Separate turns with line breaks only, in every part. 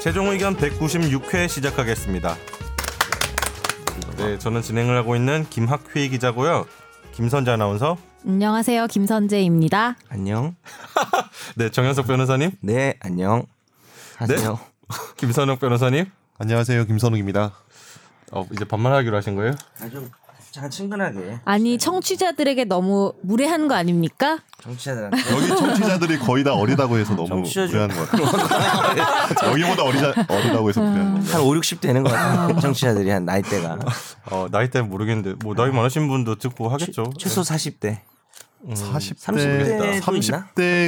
최종 의견 196회 시작하겠습니다. 네, 저는 진행을 하고 있는 김학휘 기자고요. 김선재 아나운서.
안녕하세요, 김선재입니다.
안녕.
네, 정현석 변호사님.
네, 안녕. 하세요.
김선욱 변호사님.
안녕하세요 김선욱입니다.
어, 이제 반말하기로 하신 거예요?
아, 좀 잠깐 친근하게
아니, 청취자들에게 너무 무례한 거 아닙니까?
정치자들한테
여기 청취자들이 거의 다 어리다고 해서 너무
청취자 중-
불안한 것 같아요. 여기보다 어리자, 어리다고 해서 불안한 것 같아요.
한 5, 60 되는 것 같아요. 아, 정치자들이 한 나이대가
어, 나이 때는 모르겠는데 뭐 나이 많으신 분도 듣고 하겠죠.
최소 40대.
40대,
30대 도 음, 있나? 네.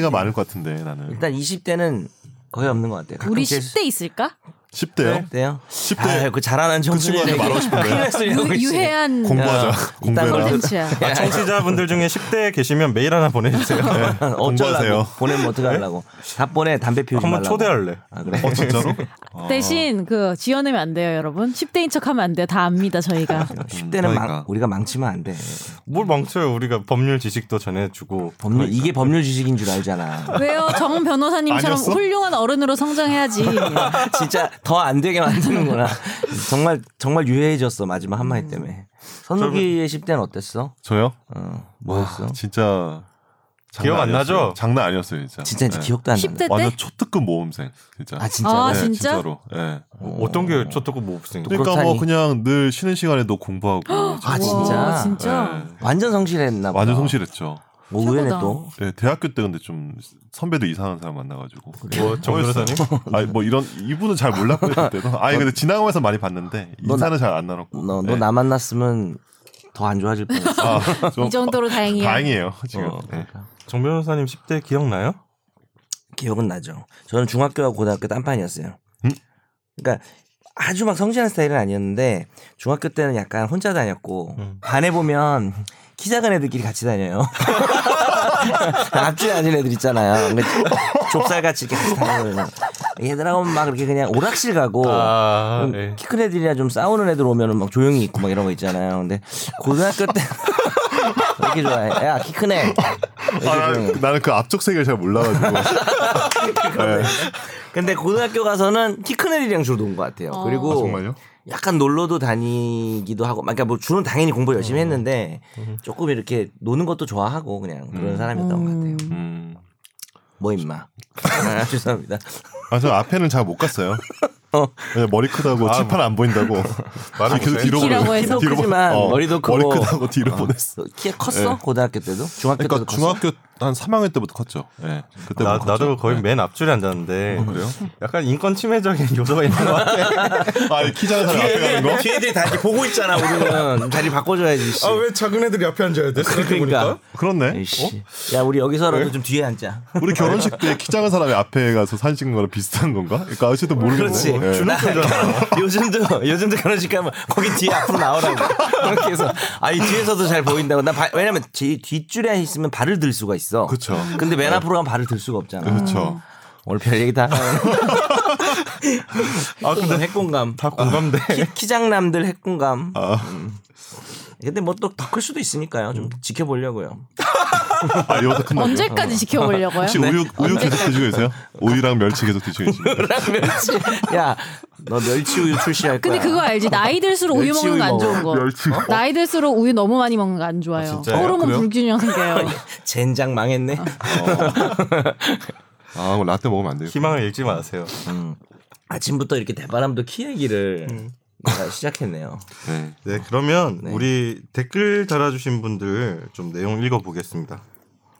30대가 많을 것 같은데 나는.
일단 20대는 거의 없는 것 같아요.
우리
가끔
10대 있을까?
10대요?
10대요?
10대.
아유, 그 자라난 청소년에게
친구한테 말하고 싶은데.
큰일 날 소리 하고 있지.
유, 해한
공부하자.
이딴 걸
공부해라.
좀-
콘텐츠야.
아, 청취자분들 중에 10대 계시면 메일 하나 보내주세요. 네,
어쩌려고
공부하세요.
보내면 어떡하려고. 답보내 담배 피우지
한번
말라고.
초대할래.
아, 그래.
어 진짜로?
대신 그 지어내면 안 돼요, 여러분. 10대인 척 하면 안 돼요. 다 압니다, 저희가.
10대는
그러니까.
우리가 망치면 안 돼.
뭘 망쳐요. 우리가 법률 지식도 전해주고.
법률 이게 법률 지식인 줄 알잖아.
왜요? 정 변호사님처럼
아니었어?
훌륭한 어른으로 성장해야지.
진짜 더 안 되게 만드는구나. 정말 정말 유해해졌어 마지막 한마디 때문에. 선우기의 10대는 어땠어?
저요?
어, 뭐였어?
진짜
기억
장난
안
아니었어요.
나죠?
장난 아니었어요 진짜.
진짜 이제
예.
기억도 안 난다.
10대 때?
완전 초특급 모험생 진짜.
아 진짜.
아,
예,
진짜?
진짜로. 예.
어, 떤게 저떻고 뭐 없으니까.
그러니까
그렇다니.
뭐 그냥 늘 쉬는 시간에도 공부하고.
아,
자고.
진짜?
와,
예.
진짜.
완전 성실했나 봐.
완전 성실했죠.
오, 의외네
최고다.
또.
예, 대학교 때 근데 좀 선배도 이상한 사람 만나가지고.
뭐, 정 변호사님?
네.
아니 뭐 이런 이분은 잘 몰랐고요 그때도. 아니 근데 지나가면서 많이 봤는데
너 나-
인사는 잘 안 나눴고.
너 너
예.
나 만났으면 더 안 좋아질 뻔했어.
아, 좀
이 정도로 다행이야.
다행이에요 지금.
어,
예.
그러니까.
정 변호사님 10대 기억나요?
기억은 나죠. 저는 중학교와 고등학교 딴판이었어요. 그러니까 아주 막 성실한 스타일은 아니었는데 중학교 때는 약간 혼자 다녔고 반에 보면 키 작은 애들끼리 같이 다녀요. 앞줄에 앉은 애들 있잖아요. 근데 좁쌀같이 이렇게 같이 다니면 얘들하고 막 이렇게 그냥 오락실 가고 음,
아, 예.
키 큰 애들이랑 좀 싸우는 애들 오면은 막 조용히 있고 막 이런 거 있잖아요. 근데 고등학교 때 왜 이렇게 좋아해. 야 키 큰 애. 왜 이렇게
아,
조용해?
나는 그 앞쪽 세계를 잘 몰라가지고.
근데 고등학교 가서는 키 큰 애들이랑 주로 논 것 같아요. 그리고
아, 정말요?
약간 놀러도 다니기도 하고, 그러니까 뭐 주는 당연히 공부 열심히 했는데 조금 이렇게 노는 것도 좋아하고 그냥 그런 사람이었던
음.
것 같아요.
음.
뭐 임마. 아, 죄송합니다.
아, 저 앞에는 잘 못 갔어요. 왜냐면 머리
아,
크다고 칠판 안 보인다고.
말을
뒤로-
못해?
뒤로
키라고
보내-
해서
뒤로 보-
뭐.
어,
크지만 머리도 크고.
머리 크다고 뒤로 보냈어.
키가 컸어? 고등학교 때도? 중학교
네. 그러니까
때도 컸어?
중학교 한 3학년 때부터 컸죠. 예. 그때
나, 나도 거의 맨 앞줄에 앉았는데
그래요?
약간 인권 침해적인 요소가 있는 것 같아.
아, 키 작은 사람 앞에 가는 거? 아,
뒤에 애들이 다 이렇게 보고 있잖아 우리는 자리 바꿔줘야지 씨.
아, 작은 애들이 앞에 앉아야 돼?
그러니까
그렇네.
에이씨. 야 우리 여기서라도 좀 뒤에 앉자
우리 결혼식 때 키 작은 사람이 앞에 가서 사진 찍는 거랑 비슷한 건가? 그러니까 아저씨도 모르겠네.
그렇지.
예.
나 결혼- 요즘도 요즘도 결혼식 가면 거기 뒤에 앞으로 나오라고 그렇게 해서 아이 뒤에서도 잘 보인다고. 나 바- 왜냐면 제 뒷줄에 있으면 발을 들 수가 있어.
그쵸.
근데 맨 앞으로 가면 발을 들 수가 없잖아.
그렇죠.
오늘 별 얘기 다. 아 근데 핵공감. 어,
다 공감돼.
키, 키장남들 핵공감. 음.
아.
근데 뭐 또 더 클 수도 있으니까요.
음.
좀 지켜보려고요.
아, 여기서 끝나요.
음, 언제까지 지켜보려고요?
네.
혹시 우유 우유 계속 드시고 계세요? 우유랑 멸치 계속 드시고 계십니까?
야 너 멸치 우유 출시할 거야.
근데 그거 알지? 나이 들수록 우유
멸치
먹는 거 안
우유
좋은 거.
멸치.
나이 들수록 우유 너무 많이 먹는 거 안 좋아요.
진짜요?
호르몬
그래요?
불균형 생겨요.
젠장 망했네.
어.
아, 그럼 라떼 먹으면 안 돼요.
희망을 잃지 마세요.
아침부터 이렇게 대바람도 키 얘기를
음.
내가 시작했네요.
네.
네, 그러면 우리 댓글 달아주신 분들 좀 내용 읽어보겠습니다.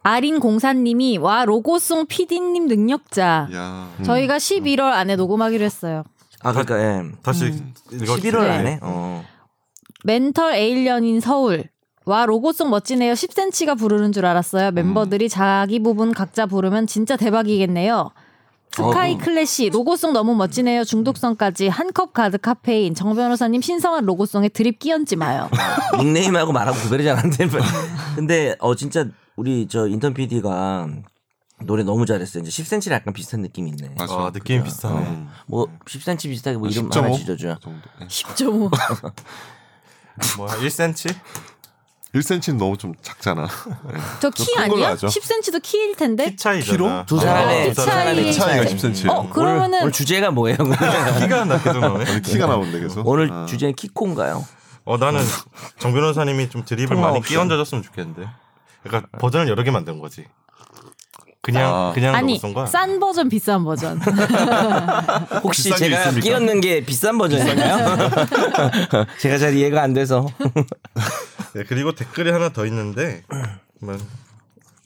아린 공사님이 와 로고송 PD님 능력자.
야.
음.
저희가 11월 안에 녹음하기로 했어요.
아 그러니까 예.
다시 읽어
11월
네.
안에 어.
멘털 에일리언인 서울. 와 로고송 멋지네요. 10cm가 부르는 줄 알았어요.
음.
멤버들이 자기 부분 각자 부르면 진짜 대박이겠네요.
어,
스카이
그
클래시 로고송 너무 멋지네요. 중독성까지 한 컵 가득 카페인. 정 변호사님 신성한 로고송에 드립 끼얹지 마요.
닉네임하고 말하고 구별이 잘 안 되는 근데 어 진짜 우리 저 인턴 PD가 노래 너무 잘했어요. 이제 10cm랑 약간 비슷한 느낌이 있네. 어,
맞아. 아,
아, 느낌 이 비슷하네.
뭐 10cm 비슷하게 뭐 이름
10.5?
하나 지어줘요.
정도. 네.
10.5.
뭐 1cm?
1cm는 너무 좀 작잖아.
저 키
큰걸로
아니야?
하죠.
10cm도 키일 텐데.
키 차이잖아.
키로?
두
아,
사람의
키
두
차이.
사람의
키
차이가 10cm.
어 그러면은
오늘, 오늘 주제가 뭐예요?
키가 나 계속 나오네.
아니, 키가 나오는데 계속.
오늘
아.
주제는 키코인가요?
어 나는 정 변호사님이 좀 드립을 많이
없이.
끼얹어줬으면 좋겠는데. 그러니까 버전을 여러 개 만든 거지. 그냥
아.
그냥
아니
로고송 거야.
싼 버전 비싼 버전.
혹시
어, 비싼 게
제가
있습니까?
끼얹는 게 비싼 버전인가요? 제가 잘 이해가 안 돼서
네, 그리고 댓글이 하나 더 있는데. 한번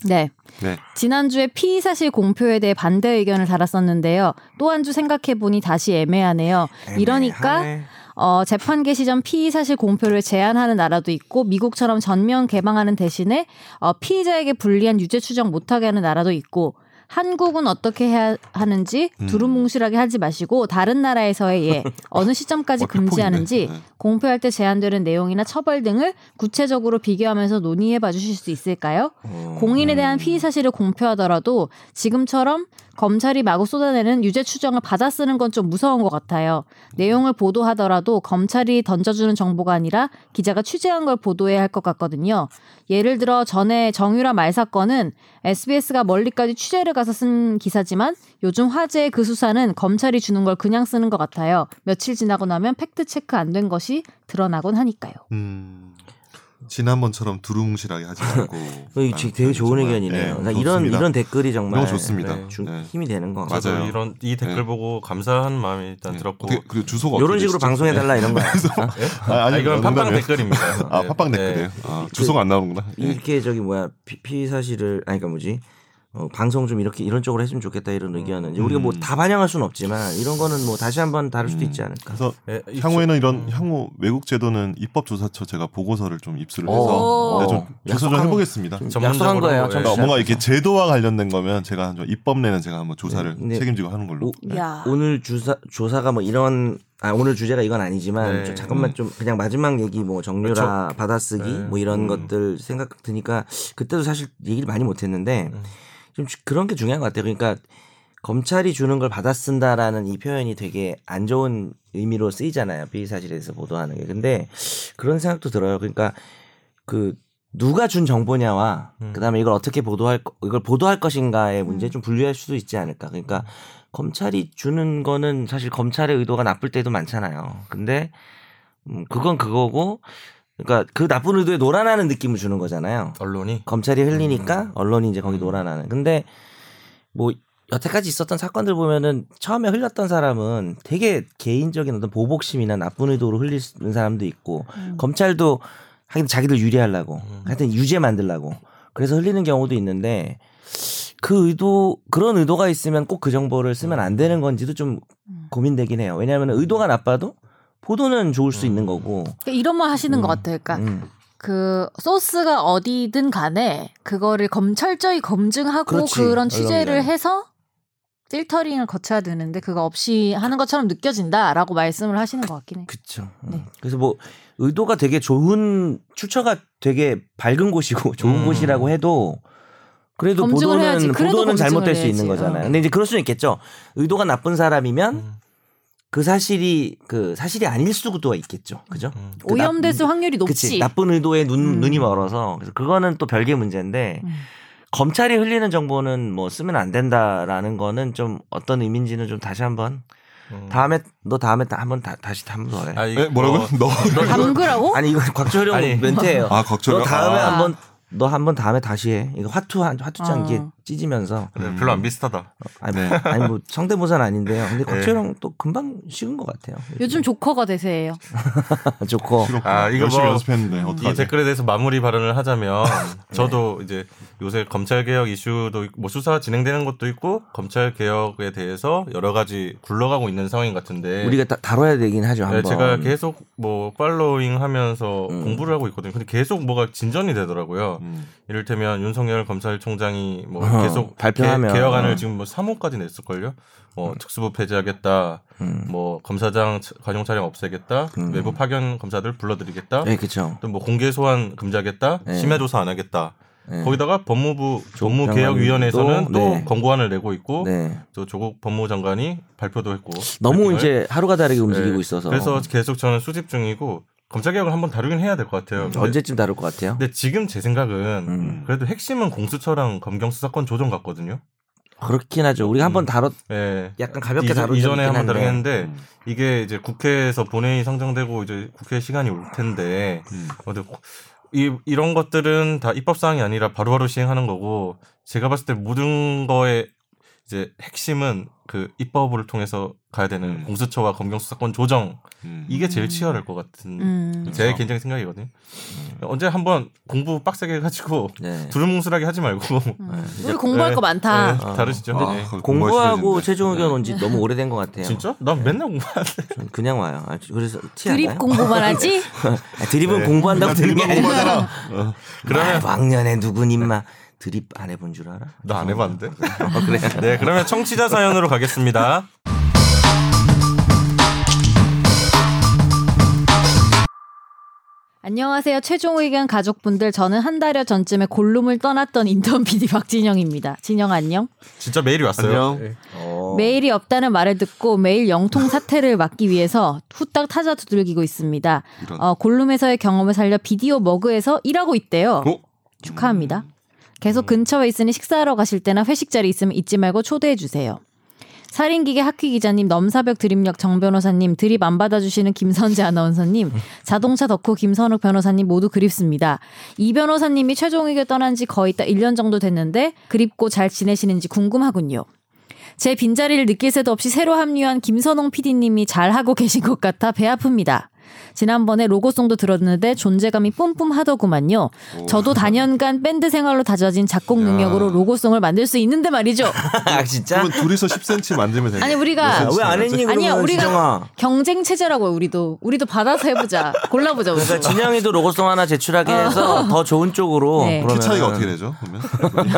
네.
네.
지난주에 피의 사실 공표에 대해 반대 의견을 달았었는데요. 또 한 주 생각해 보니 다시 애매하네요. 이러니까
애매하네.
어, 재판 개시 전 피의 사실 공표를 제한하는 나라도 있고 미국처럼 전면 개방하는 대신에 어, 피의자에게 불리한 유죄 추정 못하게 하는 나라도 있고 한국은 어떻게 해야 하는지 두루뭉실하게 하지 마시고 다른 나라에서의 예 어느 시점까지
어, 극복인데.
금지하는지
네.
공표할 때 제한되는 내용이나 처벌 등을 구체적으로 비교하면서 논의해 봐 주실 수 있을까요? 공인에 대한 피의 사실을 공표하더라도 지금처럼 검찰이 마구 쏟아내는 유죄 추정을 받아 쓰는 건 좀 무서운 것 같아요. 내용을 보도하더라도 검찰이 던져주는 정보가 아니라 기자가 취재한 걸 보도해야 할 것 같거든요. 예를 들어 전에 정유라 말 사건은 SBS가 멀리까지 취재를 가서 쓴 기사지만 요즘 화제의 그 수사는 검찰이 주는 걸 그냥 쓰는 것 같아요. 며칠 지나고 나면 팩트 체크 안 된 것이 드러나곤 하니까요.
음, 지난번처럼 두루뭉실하게 하지 말고.
어, 이거 되게
아,
좋은 의견이네요.
예,
나 이런 이런 댓글이 정말
너무 좋습니다.
주-
네.
힘이 되는 거 같아요.
맞아요.
저도 이런 이 댓글
네.
보고 감사하는 마음이 일단 들었고.
예. 어떻게, 그리고 주소가
이런
어떻게
식으로
되시죠?
방송해 달라 이런 거.
예?
아, 아니,
아, 이건 팝빵
농담이에요.
댓글입니다.
아,
네.
팝빵
네.
댓글이에요. 아, 주소가 안 나오는구나. 예.
이렇게 저기 뭐야 피, 피 사실을 아니 그러니까 뭐지 어, 방송 좀 이렇게 이런 쪽으로 했으면 좋겠다
음.
이런 의견은 이제 우리가 뭐 다 반영할 수는 없지만 이런 거는 뭐 다시 한번 다룰 수도 있지 않을까.
음. 그래서
예, 이
향후에는
음.
이런 향후 외국 제도는 입법조사처 제가 보고서를 좀 입수를
오.
해서 네, 좀 조사 좀
약속한-
해보겠습니다.
전문적으로
약속한 거예요,
예.
청취자.
그러니까 뭔가 이렇게 제도와 관련된 거면 제가 좀 입법내는 제가 한번 조사를
네, 네.
책임지고 하는 걸로.
오, 네.
야.
오늘 주사 조사가 뭐 이런 아 오늘 주제가 이건 아니지만
네.
좀
음.
잠깐만 좀 그냥 마지막 얘기 뭐
그렇죠.
정유라 받아쓰기 뭐 이런 것들 생각 드니까 그때도 사실 얘기를 많이 못했는데 좀 주- 그런 게 중요한 것 같아요. 그러니까 검찰이 주는 걸 받아쓴다라는 이 표현이 되게 안 좋은 의미로 쓰이잖아요. 피의 사실에서 보도하는 게. 근데 그런 생각도 들어요. 그러니까 그 누가 준 정보냐와 그다음에 이걸 어떻게 보도할 거- 이걸 보도할 것인가의 문제 좀 분류할 수도 있지 않을까. 그러니까 검찰이 주는 거는 사실 검찰의 의도가 나쁠 때도 많잖아요. 근데 음, 그건 그거고 그러니까 그 나쁜 의도에 놀아나는 느낌을 주는 거잖아요.
언론이
검찰이 흘리니까 언론이 이제 거기 놀아나는. 근데 뭐 여태까지 있었던 사건들 보면은 처음에 흘렸던 사람은 되게 개인적인 어떤 보복심이나 나쁜 의도로 흘리는 사람도 있고
그러니까
검찰도 하긴 자기들 유리하려고 하여튼 유죄 만들려고 그래서 흘리는 경우도 있는데 그 의도 그런 의도가 있으면 꼭 그 정보를 쓰면 안 되는 건지도 좀
음.
고민되긴 해요. 왜냐하면 의도가 나빠도 보도는 좋을 수 있는 거고.
그러니까 이런 말 하시는 것 같아요. 그러니까
음.
그 소스가 어디든 간에 그거를 검철저히 검증하고
그렇지.
그런 취재를
언론이라는.
해서 필터링을 거쳐야 되는데 그거 없이 하는 것처럼 느껴진다라고 말씀을 하시는 것 같긴 해.
그쵸. 음.
네.
그래서 뭐 의도가 되게 좋은 출처가 되게 밝은 곳이고 좋은
음.
곳이라고 해도 그래도
검증을
보도는
해야지. 그래도
보도는
검증을
잘못될 수 있는
해야지.
거잖아요.
어.
근데 이제 그럴 수는 있겠죠. 의도가 나쁜 사람이면
음.
그 사실이 그 사실이 아닐 수도 있겠죠. 그죠?
음.
그 나-
오염됐을 확률이
그치.
높지.
나쁜 의도에 눈,
음.
눈이 멀어서 그래서 그거는 또 별개 의 문제인데
음.
검찰이 흘리는 정보는 뭐 쓰면 안 된다라는 거는 좀 어떤 의미인지는 좀 다시 한번
음.
다음에 너 다음에 다 한번 다, 다시 한번 더 해.
아, 이거
예, 뭐라고?
어.
너.
담그라고?
아니 이건 곽철용
아니.
멘트예요.
아, 걱정.
너 다음에
어? 아.
한번 너 한번 다음에 다시 해. 이거 화투 한 화투장
아.
이게 찢으면서
네, 별로 안 비슷하다.
아니,
네.
아니 뭐 성대모사는 아닌데요. 근데
네.
곽철용 또 금방 식은 것 같아요.
요즘 조커가 대세예요.
좋고
아, 이거
열심히
뭐-
연습했는데
이
어떡하지?
댓글에 대해서 마무리 발언을 하자면
네.
저도 이제 요새 검찰 개혁 이슈도 있- 뭐 수사 진행되는 것도 있고 검찰 개혁에 대해서 여러 가지 굴러가고 있는 상황인 것 같은데
우리가 다, 다뤄야 되긴
네,
하죠 한번. 음.
제가 계속 뭐 팔로잉 하면서 공부를 하고 있거든요. 근데 계속 뭐가 진전이 되더라고요.
음.
이를테면 윤석열 검찰총장이 뭐
어,
계속
발표하면. 음.
개, 혁안을 지금 뭐 3호까지 냈을걸요. 뭐 특수부 폐지하겠다.
음.
뭐 검사장 차- 관용 차량 없애겠다. 외부 파견 검사들 불러들이겠다.
네, 그렇죠.
또 뭐 공개 소환 금지하겠다.
네.
심야 조사 안 하겠다.
네.
거기다가 법무부 법무개혁위원회에서는 또
네.
권고안을 내고 있고
네.
또 조국 법무장관이 발표도 했고
너무
발표를
이제 하루가 다르게 움직이고
네.
있어서.
그래서 계속 저는 수집 중이고 검찰개혁을 한번 다루긴 해야 될 것 같아요. 근데-
음. 언제쯤 다룰 것 같아요?
근데 지금 제 생각은
음.
그래도 핵심은 공수처랑 검경 수사권 조정 같거든요.
그렇긴 하죠. 우리가 한번 다뤘
예.
약간 가볍게
이전-
다루긴
이전에 한번
한데.
다루겠는데
음.
이게 이제 국회에서 본회의 상정되고 이제 국회 시간이 올 텐데
음.
어때 이 이런 것들은 다 입법 사항이 아니라 바로바로 시행하는 거고 제가 봤을 때 모든 거에 이제 핵심은 그 입법을 통해서 가야 되는
음.
공수처와 검경 수사권 조정
음.
이게 제일 치열할 것 같은
음.
제
그렇죠.
개인적인 생각이거든요. 언제 한번 공부 빡세게 해가지고
네.
두루뭉술하게 하지 말고
음.
이제-
우리 공부할
네.
거 많다.
네, 다르시죠?
아,
네.
그거
공부하고
공부가 네.
최종 의견
싫어진다.
온 지 너무 오래된 것 같아요.
진짜? 난 맨날 공부하는데.
전 그냥 와요. 아, 그래서 티 안
드립
나요?
공부만 하지?
아, 드립은
네.
공부한다고 드는 게
드립만
아니라 아,
공부하잖아. 어.
그러면
왕년에 누군 임마 드립 안 해본 줄 알아?
나 안 해봤는데.
어, 그래.
네, 그러면 청취자 사연으로 가겠습니다.
안녕하세요. 최종 의견 가족분들. 저는 한 달여 전쯤에 골룸을 떠났던 인턴 PD 박진영입니다. 진영 안녕.
진짜 메일이 왔어요.
안녕.
어.
메일이 없다는 말을 듣고 매일 영통 사태를 막기 위해서 후딱 타자 두들기고 있습니다.
이런.
어, 골룸에서의 경험을 살려 비디오 머그에서 일하고 있대요.
어? 음.
축하합니다. 계속 근처에 있으니 식사하러 가실 때나 회식 자리 있으면 잊지 말고 초대해 주세요. 살인기계 학휘 기자님, 넘사벽 드립력 정 변호사님, 드립 안 받아주시는 김선재 아나운서님, 자동차 덕후 김선욱 변호사님 모두 그립습니다. 이 변호사님이 최종의견 떠난 지 거의 딱 1년 정도 됐는데 그립고 잘 지내시는지 궁금하군요. 제 빈자리를 느낄 새도 없이 새로 합류한 김선홍 PD님이 잘하고 계신 것 같아 배 아픕니다. 지난번에 로고송도 들었는데 존재감이 뿜뿜하더구만요. 저도 단연간 밴드 생활로 다져진 작곡 능력으로 로고송을 만들 수 있는데 말이죠.
아 진짜?
그러면 둘이서 10cm 만들면 되네.
아니, 우리가-
몇 cm
왜 안 했니
나지?
그러면
아니야, 우리가-
진영아?
경쟁 체제라고 우리도 우리도 받아서 해보자. 골라보자 우리.
그러니까 진영이도 로고송 하나 제출하게 해서 더 좋은 쪽으로.
어. 네. 키
키
그러면-
차이가 어떻게 되죠? 그러면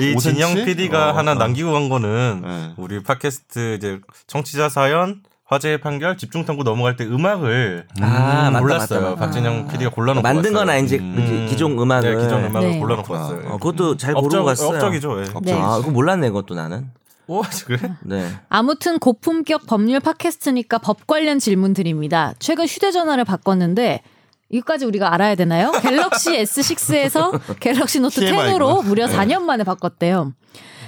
이
5cm?
진영 PD가
어,
하나
어.
남기고 간 거는
네.
우리 팟캐스트 이제 청취자 사연 화제의 판결 집중 탐구 넘어갈 때 음악을
아, 맞다,
골랐어요.
맞다, 맞다.
박진영 PD가 골라놓고
만든 건
왔어요.
아닌지
음.
기존 음악을.
네, 기존 음악을
네.
골라놓고
그렇구나.
왔어요.
어, 그것도 잘
업적,
모르고 갔어요.
업적이죠. 예.
네.
아 그거 몰랐네 그것도 나는.
오, 그래?
네.
아무튼 고품격 법률 팟캐스트니까 법 관련 질문 드립니다. 최근 휴대전화를 바꿨는데 이거까지 우리가 알아야 되나요? 갤럭시 S6에서 갤럭시 노트
TMI
10으로
구나.
무려 4년 만에 바꿨대요.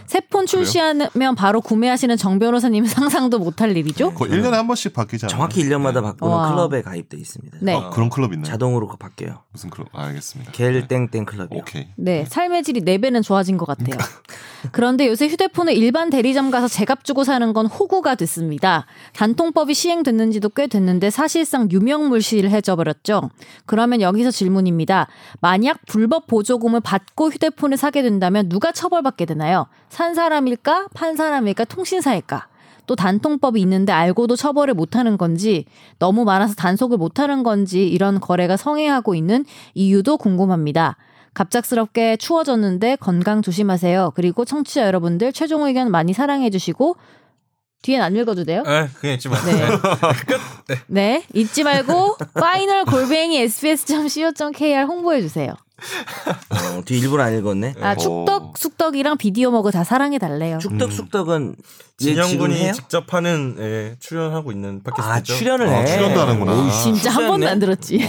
새 폰 출시하면 바로 구매하시는 정 변호사님 상상도 못할 일이죠?
거의 1년에 한 번씩 바뀌지 않아요?
정확히
네.
1년마다 바꾸는
와.
클럽에 가입돼 있습니다.
네.
아, 그런 클럽 있나요?
자동으로 그거 바뀌어요.
무슨 클럽? 아, 알겠습니다.
겔
네.
땡땡 클럽이요.
오케이.
네, 삶의 질이 네배는 좋아진 것 같아요. 그런데 요새 휴대폰을 일반 대리점 가서 제값 주고 사는 건 호구가 됐습니다. 단통법이 시행됐는지도 꽤 됐는데 사실상 유명물시를 해져버렸죠. 그러면 여기서 질문입니다. 만약 불법 보조금을 받고 휴대폰을 사게 된다면 누가 처벌받게 되나요? 산 사람일까? 판 사람일까? 통신사일까? 또 단통법이 있는데 알고도 처벌을 못하는 건지 너무 많아서 단속을 못하는 건지 이런 거래가 성행하고 있는 이유도 궁금합니다. 갑작스럽게 추워졌는데 건강 조심하세요. 그리고 청취자 여러분들 최종 의견 많이 사랑해 주시고 뒤엔 안 읽어도 돼요?
에, 그냥 있지 마.
네. 네. 잊지 말고 파이널 골뱅이 sbs.co.kr 홍보해 주세요.
어, 뒤 일부러 안 읽었네.
아, 축덕 숙덕이랑 비디오 먹어 다 사랑해 달래요.
축덕 숙덕은 얘 지금 해요?
음. 진영군이 직접 하는 예, 출연하고 있는 팟캐스트죠. 어,
아 출연을
아,
해.
출연도 하는구나.
오이, 씨.
진짜 한 번도 안 들었지.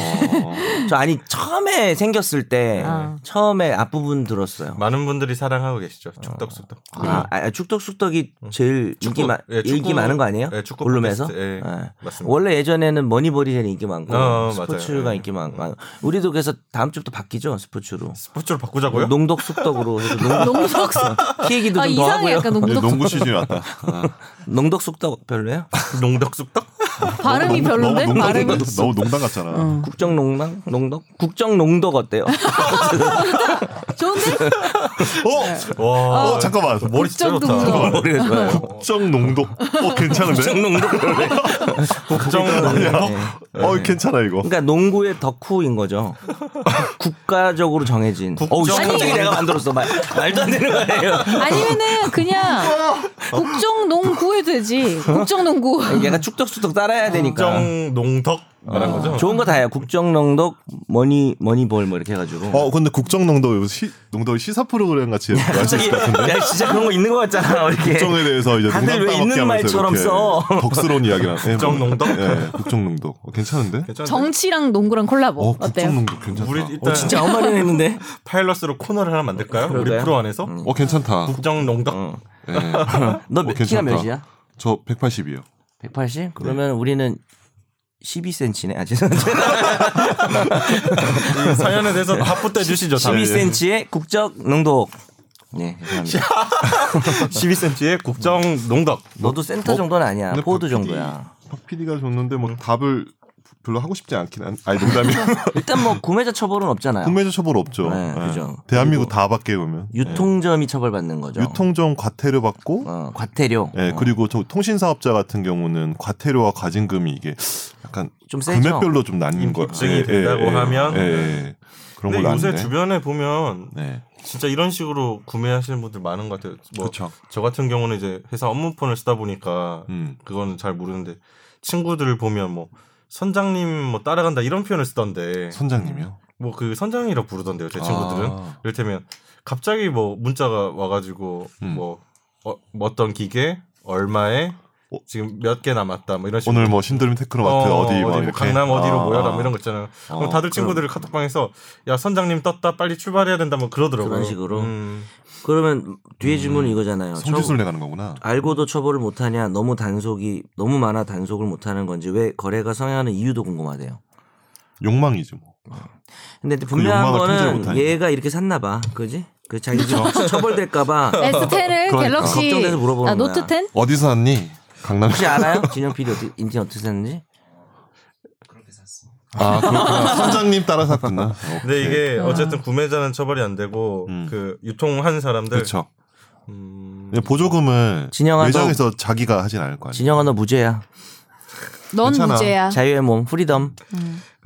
저 아니 처음에 생겼을 때
아.
처음에 앞부분 들었어요.
많은 분들이 사랑하고 계시죠. 축덕숙덕.
아, 아, 축덕숙덕이 제일 인기, 많
예, 네. 음. 축구-
인기 많은 거 아니에요?
예, 축구
골룸에서?
팟캐스트, 예,
예.
맞습니다.
원래 예전에는 머니볼이 제일 인기 많고
어,
스포츠가
맞아요. 예.
인기 많고 우리도 그래서 다음 주부터 바뀌죠 스포츠로
스포츠로 바꾸자고요?
농덕숙덕으로 해서 농,
농덕 숙
키 얘기도
아,
좀 더
이상해
하고요
약간
이제
농덕
농구
숙
시즌이 왔다. 아,
농덕숙덕 별로예요?
농덕숙덕?
발음이
너무-
별론데
너무 농담,
발음이 어.
같- 너무 농담 같잖아.
국정농당? 농덕? 국정농덕 어때요?
네.
좋은데? 네.
어?
와.
어, 잠깐만.
머리 진짜 좋다.
국정농덕.
머리가 좋아요
국정 농도. 어, 괜찮은데?
국정농덕 별로예요
국정농덕.
어, 괜찮아 이거.
그러니까 농구의 덕후인 거죠 국가적으로 정해진
국정-
어우 씨,
아니.
갑자기 내가 만들었어 말, 말도 안 되는 거예요
아니면은 그냥 국정농구 해도 되지. 국정농구.
얘가 그러니까 축덕수덕 따라 살아야 되니까.
국정농덕 말한
어,
거죠?
좋은 거 다야. 국정농덕, 머니 머니볼 뭐 이렇게 해가지고.
어 근데 국정농도 요새 시, 농도 시사 프로그램 같이 말씀
갑자기 야 진짜 그런 거 있는 것 같잖아. 이렇게.
국정에 대해서 이제
다들
농담
왜
따먹기
있는
하면서
말처럼
이렇게
써?
덕스러운 이야기랑 예,
국정농도?
예, 국정농도 어, 괜찮은데?
괜찮은데?
정치랑 농구랑 콜라보
어
어때요?
국정농도 괜찮다.
우리
어,
일단
진짜 아무 말이나 했는데.
파일럿으로 코너를 하나 만들까요? 우리
그러게요.
프로 안에서
어 괜찮다.
국정농덕
어.
예.
너
어,
몇, 키가
괜찮다. 네.
몇이야?
저 180이요.
180? 그러면 우리는 12cm네. 아 죄송합니다.
이 사연에 대해서 답부터 해주시죠.
12cm의 국적 농독. 네, 죄송합니다.
12cm의 국정농덕.
너도 센터
어?
정도는 아니야.
근데
포드
박PD
정도야.
박 PD가 줬는데 뭐 답을 별로 하고 싶지 않긴 한. 아니 농담이야.
일단 뭐 구매자 처벌은 없잖아요.
구매자 처벌 없죠.
네,
예.
그죠.
대한민국 다 받게 보면
유통점이 처벌받는 거죠.
네. 유통점 과태료 받고
어, 과태료.
예,
어,
그리고 저 통신사업자 같은 경우는 과태료와 과징금이 이게 약간
좀 세죠.
금액별로 좀 나뉜 거
음, 입증이 된다고 하면? 네.
예, 예. 그런
근데
걸로
요새
아는데.
주변에 보면
네.
진짜 이런 식으로 구매하시는 분들 많은 것 같아요. 뭐 저
그렇죠.
같은 경우는 이제 회사 업무폰을 쓰다 보니까
음.
그거는 잘 모르는데 친구들 보면 뭐 선장님 뭐 따라간다 이런 표현을 쓰던데
선장님이요.
뭐 그 선장이라고 부르던데요. 제 친구들은.
아.
이를테면 갑자기 뭐 문자가 와가지고
음.
뭐, 어, 뭐 어떤 기계 얼마에
어?
지금 몇 개 남았다 뭐 이런 식으로
오늘 뭐 신드림 테크노마트 어, 디막
뭐
이렇게
강남 어디로
아,
모여라
아.
뭐 이런 거 있잖아요.
어,
그럼 다들 친구들을 카톡방에서 야 선장님 떴다 빨리 출발해야 된다 뭐 그러더라고요.
그런 식으로?
음.
그러면 뒤에 질문은 이거잖아요. 처벌-
음. 성지순례 가는 거구나.
알고도 처벌을 못하냐? 너무 단속이 너무 많아 단속을 못하는 건지 왜 거래가 성행하는 이유도 궁금하대요.
욕망이지 뭐.
근데 분명한
그 욕망을 통제를
거는
못하니까.
얘가 이렇게 샀나 봐. 그지? 그 자기 지금 혹시 처벌될까봐
S10을
그러니까.
갤럭시
걱정돼서 물어보는
아, 노트
거야.
10?
어디서 샀니? 강남.
혹시 알아요? 진영 PD 어떻게 인팅 어떻게 샀는지?
아 그렇구나. 선장님 따라 샀구나. 어,
근데 이게
아.
어쨌든 구매자는 처벌이 안 되고
음.
그 유통한 사람들
그렇죠.
음,
보조금을
진영아, 너-
매장에서 자기가 하진 않을 거 아니야.
진영아 너 무죄야.
넌
괜찮아.
무죄야.
자유의 몸, 프리덤.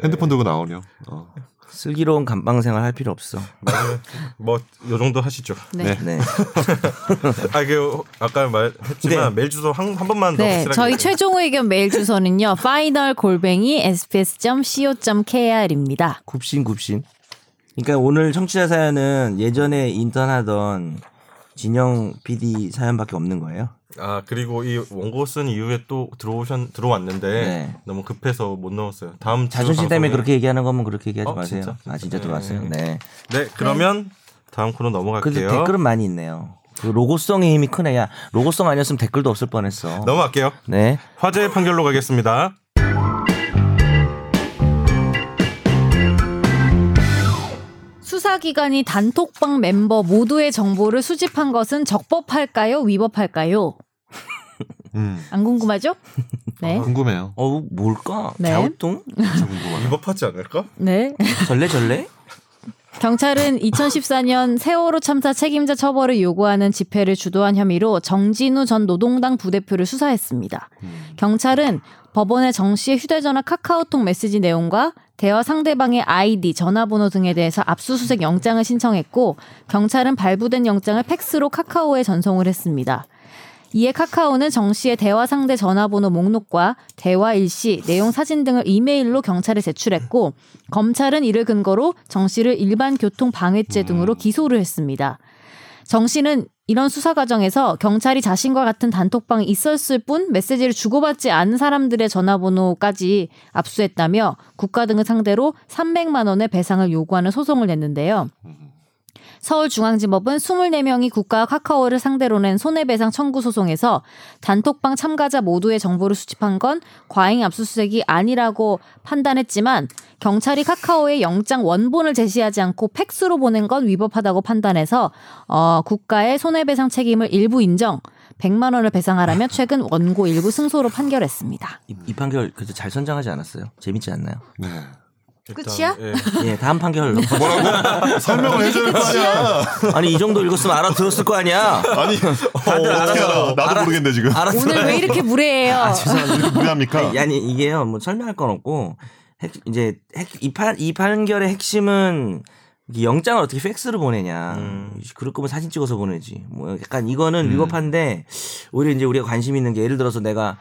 핸드폰 들고 나오렴. 어.
슬기로운 감방 생활 할 필요 없어.
뭐요 정도 하시죠.
네.
네.
아그 아까 말했지만 메일 주소 한, 한 번만 더
네,
확실하게
저희 최종 의견 메일 주소는요. final 골뱅이 sbs.co.kr입니다.
굽신 굽신. 그러니까 오늘 청취자 사연은 예전에 인턴하던 진영 PD 사연밖에 없는 거예요.
아 그리고 이 원고 쓴 이후에 또 들어오셨 들어왔는데
네.
너무 급해서 못 넣었어요. 다음 주
자존심 때문에
방송에-
그렇게 얘기하는 거면 그렇게 얘기하지
어,
마세요.
진짜?
아 진짜
네.
들어왔어요. 네.
네 그러면 다음 코너
근데
넘어갈게요.
댓글은 많이 있네요. 그 로고성의 힘이 크네. 야 로고성 아니었으면 댓글도 없을 뻔했어.
넘어갈게요.
네.
화제의 판결로 가겠습니다.
수사기관이 단톡방 멤버 모두의 정보를 수집한 것은 적법할까요? 위법할까요?
음.
안 궁금하죠? 네.
궁금해요.
어 뭘까?
네.
자우뚱?
위법하지 않을까?
네.
절레 절레?
경찰은 2014년 세월호 참사 책임자 처벌을 요구하는 집회를 주도한 혐의로 정진우 전 노동당 부대표를 수사했습니다. 경찰은 법원에 정 씨의 휴대전화 카카오톡 메시지 내용과 대화 상대방의 아이디, 전화번호 등에 대해서 압수수색 영장을 신청했고 경찰은 발부된 영장을 팩스로 카카오에 전송을 했습니다. 이에 카카오는 정 씨의 대화 상대 전화번호 목록과 대화 일시, 내용 사진 등을 이메일로 경찰에 제출했고 검찰은 이를 근거로 정 씨를 일반 교통 방해죄 등으로 기소를 했습니다. 정 씨는 이런 수사 과정에서 경찰이 자신과 같은 단톡방에 있었을 뿐 메시지를 주고받지 않은 사람들의 전화번호까지 압수했다며 국가 등을 상대로 300만 원의 배상을 요구하는 소송을 냈는데요. 서울중앙지법은 24명이 국가 카카오를 상대로 낸 손해배상 청구 소송에서 단톡방 참가자 모두의 정보를 수집한 건 과잉 압수수색이 아니라고 판단했지만 경찰이 카카오에 영장 원본을 제시하지 않고 팩스로 보낸 건 위법하다고 판단해서 어, 국가의 손해배상 책임을 일부 인정 100만 원을 배상하라며 최근 원고 일부 승소로 판결했습니다.
이, 이 판결 그래도 잘 선정하지 않았어요. 재밌지 않나요?
네.
일단,
끝이야?
예.
예, 다음 판결.
설명을 해줘야 할 거 아니야.
아니 이 정도 읽었으면 알아들었을 거 아니야.
아니 어, 어떻게 알아? 나도 모르겠네 지금.
알았어.
오늘 왜 이렇게 무례해요?
아,
이렇게 무리합니까?
아니, 아니 이게요 뭐 설명할 건 없고 핵, 이제 핵, 이, 판, 이 판결의 핵심은 이 영장을 어떻게 팩스로 보내냐 그럴 거면 사진 찍어서 보내지 뭐 약간 이거는 위법한데 오히려 이제 우리가 관심 있는 게 예를 들어서 내가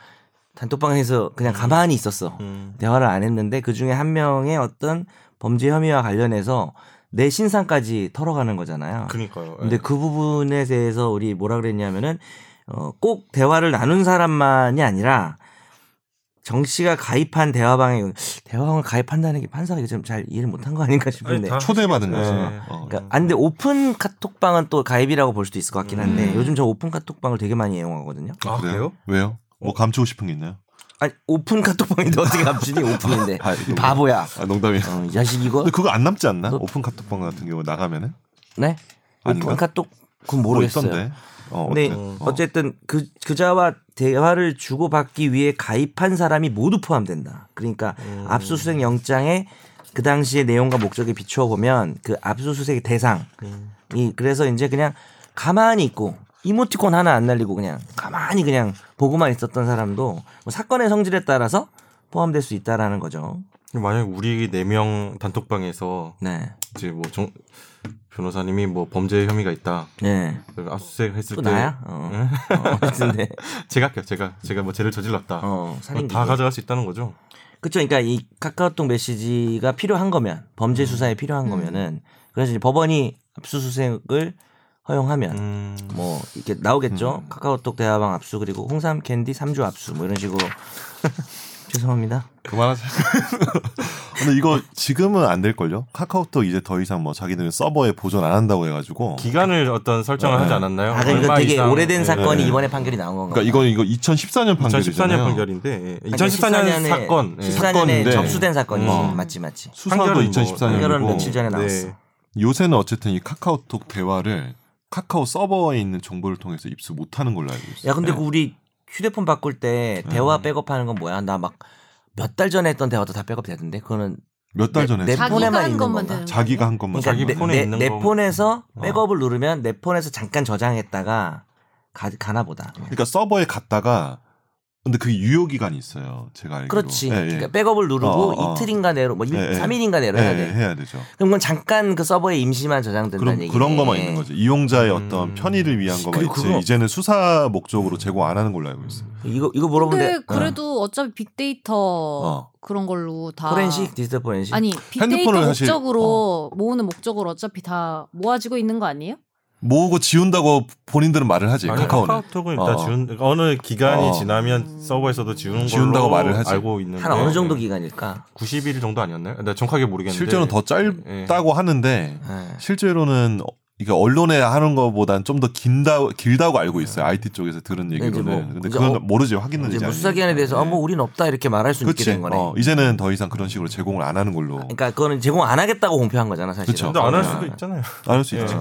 단톡방에서 그냥 가만히 있었어.
음.
대화를 안 했는데 그 중에 한 명의 어떤 범죄 혐의와 관련해서 내 신상까지 털어가는
그렇죠.
거잖아요.
그니까요. 예.
근데 그 부분에 대해서 우리 뭐라 그랬냐면은 어, 꼭 대화를 나눈 사람만이 아니라 정 씨가 가입한 대화방에 대화방을 가입한다는 게 판사가 이게 좀 잘 이해를 못한 거 아닌가 싶은데.
다-
초대받은 거지.
네.
어.
그러니까 안 근데 오픈 카톡방은 또 가입이라고 볼 수도 있을 것 같긴 한데
음.
요즘 저 오픈 카톡방을 되게 많이 이용하거든요.
아 그래요?
왜요? 뭐 감추고 싶은 게 있나요?
아니 오픈 카톡방인데 어떻게 감추니 오픈인데
아, 이거
이 바보야.
아, 농담이야.
어, 이 자식 이거
근데 그거 안 남지 않나?
그-
오픈 카톡방 같은 경우 나가면은
네
아닌가?
오픈 카톡 그건
뭐
모르겠어요. 네.
있던데. 어,
근데
어쨌든. 어.
어쨌든 그 그자와 대화를 주고받기 위해 가입한 사람이 모두 포함된다. 그러니까
음.
압수수색 영장에 그 당시의 내용과 목적에 비추어 보면 그 압수수색의 대상이
음.
그래서 이제 그냥 가만히 있고 이모티콘 하나 안 날리고 그냥 가만히 그냥 보고만 있었던 사람도 뭐 사건의 성질에 따라서 포함될 수 있다라는 거죠.
만약에 우리 네 명 단톡방에서
네.
이제 뭐 정, 변호사님이 뭐 범죄 혐의가 있다.
네.
그리고 압수수색 했을
또
때 네.
나야? 어. 어. 근데
제가 할게요. 제가 제가 뭐 죄를 저질렀다.
어, 살인
다 가져갈 수 있다는 거죠.
그렇죠. 그러니까 이 카카오톡 메시지가 필요한 거면 범죄
음.
수사에 필요한 거면은 그래서 이제 법원이 압수수색을 허용하면
음.
뭐 이렇게 나오겠죠. 카카오톡 대화방 압수 그리고 홍삼 캔디 3주 압수 뭐 이런 식으로 죄송합니다.
그만하세요. 근데 이거 지금은 안 될걸요? 카카오톡 이제 더 이상 뭐 자기들 서버에 보존 안 한다고 해가지고.
기간을 어떤 설정을
네.
하지 않았나요?
아, 그러니까
얼마
되게
이상-
오래된
네.
사건이
네.
이번에 판결이 나온 건가?
그러니까 이건 이거 2014년 판결이잖아요.
2014년 판결인데
그러니까
2014년 사건 음. 예.
14년에
사건인데.
접수된 사건이지.
어.
맞지, 맞지.
수사도
판결은 뭐-
2014년이고 네.
판결은 며칠 전에 나왔어.
요새는 어쨌든 이 카카오톡 대화를 카카오 서버에 있는 정보를 통해서 입수 못하는 걸로 알고
음.
있어요.
야, 근데
네.
그 우리 휴대폰 바꿀 때 대화 백업하는 건 뭐야? 나 막 몇 달 전에 했던 대화도 다 백업되던데 그거는
몇 달
내-
전에
내
했어요.
폰에만
자기가 한
있는
것만
건가?
되는
뭐 자기가 한 것만
그러니까
자기
내,
폰에
내,
있는
내
거.
폰에서
뭐. 어.
백업을 누르면 내 폰에서 잠깐 저장했다가 가, 가나 보다.
그러니까 서버에 갔다가 근데 그게 유효 기간이 있어요. 제가 알기로.
그렇지.
예, 예.
그러니까 백업을 누르고
어, 어.
이틀인가 내로, 뭐
예, 예.
3일인가 내로 해야
예, 예,
돼.
해야 되죠.
그럼 그건 잠깐 그 서버에 임시만 저장된다는
그런
얘기.
그런 거만 있는 거죠. 이용자의 어떤
음.
편의를 위한 거만
그리고
있지.
그거-
이제는 수사 목적으로 제공 안 하는 걸로 알고 있어요.
이거 이거 물어보는데 네.
근데 그래도 어차피 빅데이터
어.
그런 걸로 다
포렌식 디지털 포렌식.
아니 빅데이터
핸드폰을 사실- 어.
목적으로 모으는 목적으로 어차피 다 모아지고 있는 거 아니에요?
모으고 지운다고 본인들은 말을 하지.
아니,
카카오는.
카카오톡은 일단
어.
지운 그러니까 어느 기간이
어.
지나면 서버에서도 지우는 걸로
지운다고 말을 하지.
알고 있는데
한 어느 정도 기간일까?
90일 정도 아니었나요? 나 정확하게 모르겠는데
실제로는 더 짧다고 하는데
예.
실제로는 어, 이게 언론에 하는 거보단 좀 더 긴다 길다고 알고 있어요. IT 쪽에서 들은 얘기로는.
뭐
근데
아. 이제
그건
어,
모르지 확인은
이제
이제 예.
무수사 기간에 대해서 어, 뭐 우린 없다 이렇게 말할 수 있게
그렇지.
된 거네.
어, 이제는 더 이상 그런 식으로 제공을 안 하는 걸로
그러니까 그거는 제공 안 하겠다고 공표한 거잖아 네, 어. 사실.
그쵸. 어.
근데 안 할 수도 있잖아요.
나눌 수 있지.
네.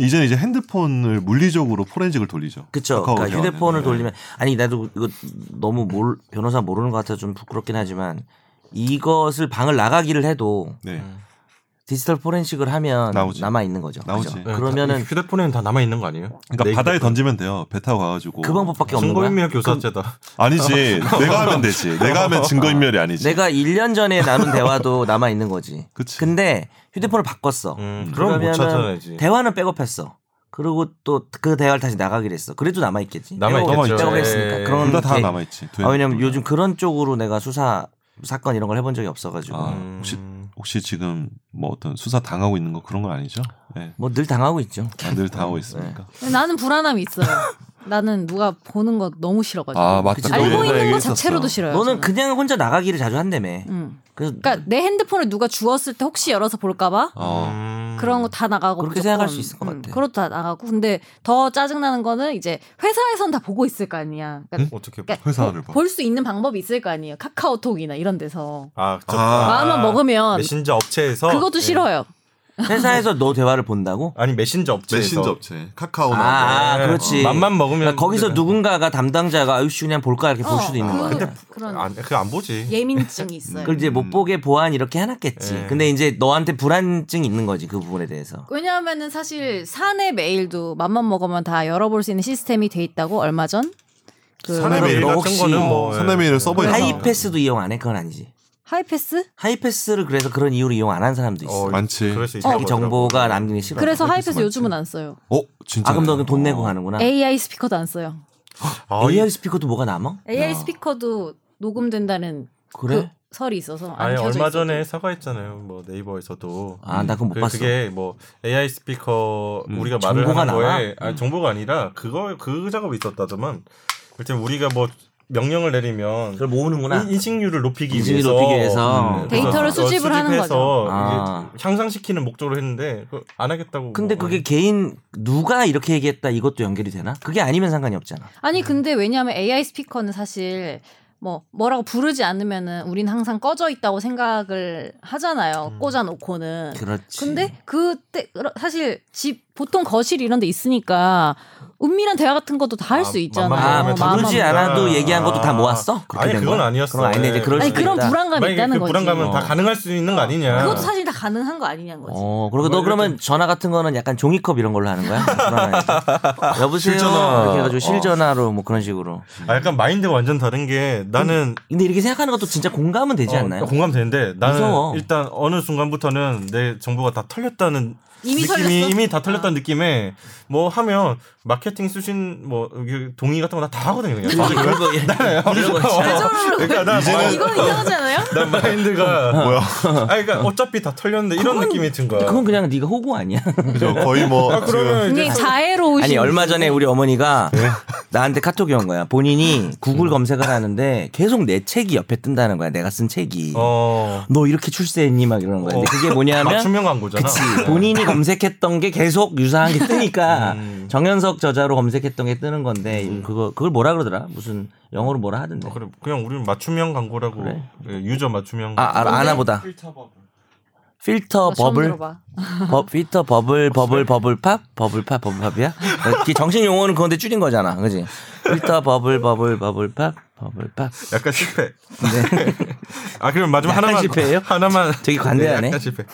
이제는 이제 핸드폰을 물리적으로 포렌식을 돌리죠. 네.
그쵸.
카카오
그러니까
대화는.
휴대폰을 돌리면 아니 나도 이거 너무 몰, 변호사 모르는 것 같아서 좀 부끄럽긴 하지만 이것을 방을 나가기를 해도
네.
디지털 포렌식을 하면
나오지.
남아 있는 거죠.
나오지.
그죠?
네,
그러면은
다- 휴대폰에는 다 남아 있는 거 아니에요?
그러니까 바다에 던지면 돼요. 배 타고 가가지고.
네, 그 방법밖에 없는 거야.
증거인멸 교사죄다.
아니지. 내가 하면 되지. 내가 하면 증거인멸이 아니지.
어, 뭐 내가 1년 전에 나눈 대화도 남아 있는 거지.
그치.
근데 휴대폰을 바꿨어.
음, 그럼 못
그러면은
찾아내지.
대화는 백업했어. 그리고 또 그 대화를 다시 나가기로 했어. 그래도 남아 있겠지.
남아있겠죠.
백업했으니까.
예.
그런
네, 둘다 다
게-
남아있지.
아, 왜냐면 요즘 그런 쪽으로 내가 수사 사건 이런 걸 해본 적이 없어가지고
음.
아, 혹시 혹시 지금 뭐 어떤 수사 당하고 있는 거 그런 건 아니죠? 네.
뭐 늘 당하고 있죠.
아, 늘 당하고 있습니까?
네.
근데 나는 불안함이 있어요. 나는 누가 보는 거 너무 싫어가지고
아 맞다.
그치.
또
알고
옛날
있는 거
얘기했었어.
자체로도 싫어요.
너는
저는.
그냥 혼자 나가기를 자주 한다며.
음.
그래서
그러니까 내 핸드폰을 누가 주었을 때 혹시 열어서 볼까봐
어.
그런 거 다 나가고
그렇게
무조건,
생각할 수 있을 것 같아.
그것도 다 나가고 근데 더 짜증 나는 거는 이제 회사에선 다 보고 있을 거 아니야. 그러니까
어떻게 봐?
그러니까
회사를 봐.
볼 수 있는 방법이 있을 거 아니에요. 카카오톡이나 이런 데서
아, 저-
아.
마음만 먹으면
메신저 업체에서
그것도
예.
싫어요.
회사에서 너 대화를 본다고?
아니 메신저 업체에서
업체 카카오나
아,
예.
그렇지.
맘만 먹으면
그러니까 거기서
근데-
누군가가 담당자가 아유씨 그냥 볼까 이렇게 볼 수도 있는
그,
거야.
근데 그런
안, 그안 보지.
예민증이 있어요.
그걸 이제 못 보게 보안 이렇게 해놨겠지.
예.
근데 이제 너한테 불안증 있는 거지 그 부분에 대해서.
왜냐하면은 사실 사내 메일도 맘만 먹으면 다 열어볼 수 있는 시스템이 돼 있다고 얼마 전. 그
사내 메일
너
같은
혹시
거는 뭐 예.
선남이를 서버에
하이패스도 이용 안 해? 그건 아니지.
하이패스?
하이패스를 그래서 그런 이유로 이용 안 한 사람도 있어.
어,
많지.
그럴 수 있을
자기
거더라고.
정보가 남기는 싫어.
그래서
하이패스
하이패스
맞지?
요즘은 안 써요.
어 진짜.
아 그럼 너돈 내고 가는구나.
AI 스피커도 안 써요.
아, 이-
AI 스피커도 뭐가 남아?
AI
야.
스피커도 녹음된다는
그래?
그 설이 있어서 안
아니
켜져
얼마
있어도.
전에 사과했잖아요. 뭐 네이버에서도
아 나 그거 못
그,
봤어.
그게 뭐 AI 스피커
음,
우리가 말을
정보가
하는 거에
남아?
아니,
음.
정보가 아니라 그거 그 작업이 있었다더만. 일단 우리가 뭐 명령을 내리면
그걸 모으는구나.
인- 인식률을 높이기
인식률
위해서,
높이기 위해서.
음,
데이터를
그래서
수집을 하는
수집해서
거죠.
아.
이제 향상시키는 목적으로 했는데 그거 안 하겠다고.
근데
뭐,
그게 개인 누가 이렇게 얘기했다 이것도 연결이 되나? 그게 아니면 상관이 없잖아.
아니 근데 왜냐하면 AI 스피커는 사실 뭐 뭐라고 부르지 않으면은 우린 항상 꺼져 있다고 생각을 하잖아요.
음.
꽂아놓고는.
그렇지.
근데 그때 사실 집 보통 거실 이런 데 있으니까 은밀한 대화 같은 것도 다 할 수
아,
있잖아요. 어,
만만한
아,
거
마음
부르지
부르지
한번.
마음만
않아도
보다.
얘기한 것도 다
아.
모았어? 그렇게
아니,
된
그건
거야?
아니었어.
그럼 아닌데 이제 그럴
아니
수도
그런
있다.
불안감이
만약에
있다는
그
거지.
불안감은 다
어.
가능할 수 있는 거 아니냐.
그것도 사실 다 가능한 거 아니냐는 거지.
어, 그리고 너
뭐
그러면 전화 같은 거는 약간 종이컵 이런 걸로 하는 거야? 불안하니까. 여보세요.
실전화.
이렇게 해가지고
어.
실전화로 뭐 그런 식으로.
아, 약간 마인드가 완전 다른 게 나는
근데 이렇게 생각하는 것도 진짜 공감은 음, 되지
어,
않나요?
공감되는데 나는
무서워.
일단 어느 순간부터는 내 정보가 다 털렸다는
이미
느낌이
털렸어? 아.
이미 다 털렸다는 느낌에 뭐 하면 마케팅 수신 뭐 여기 동의 같은 거 다 다 하거든요 그냥.
이런 아, 거, 예. 이런 거
어,
진짜.
그러니까 나
이제는-
마인-
이건 이상하지 않아요?
난 마인드가
어, 뭐야?
아 그러니까 어차피 다 털렸는데 이런 느낌이 든 거야.
그건 그냥 네가 호구 아니야?
그죠? 거의 뭐
아 그러면 이제
굉장히 자애로우신.
아니 얼마 전에 우리 어머니가 나한테 카톡이 온 거야. 본인이 구글 검색을 하는데 계속 내 책이 옆에 뜬다는 거야. 내가 쓴 책이.
어
너 이렇게 출세했니 막 이러는 거야. 근데
어.
그게 뭐냐면
맞춤형 광고잖아. 어,
그치 본인이 검색했던 게 계속 유사한 게 뜨니까
음.
정현석 저자로 검색했던 게 뜨는 건데 그거 그걸 뭐라 그러더라? 무슨 영어로 뭐라 하던데.
어, 그래 그냥 우리는 맞춤형 광고라고
그래.
예, 유저 맞춤형.
아 알아, 아나 보다. 필터
어, 처음
버블
들어봐.
버, 필터
어,
버블 버블 버블팝 버블팝 버블팝이야? 그 정식 용어는 그건데 줄인 거잖아, 그지? 필터 버블 버블 버블팝 버블팝. 네.
약간 실패. 아 그럼 마지막
약간
하나만
실패예요?
하나만
되게 관대하네.
약간 실패.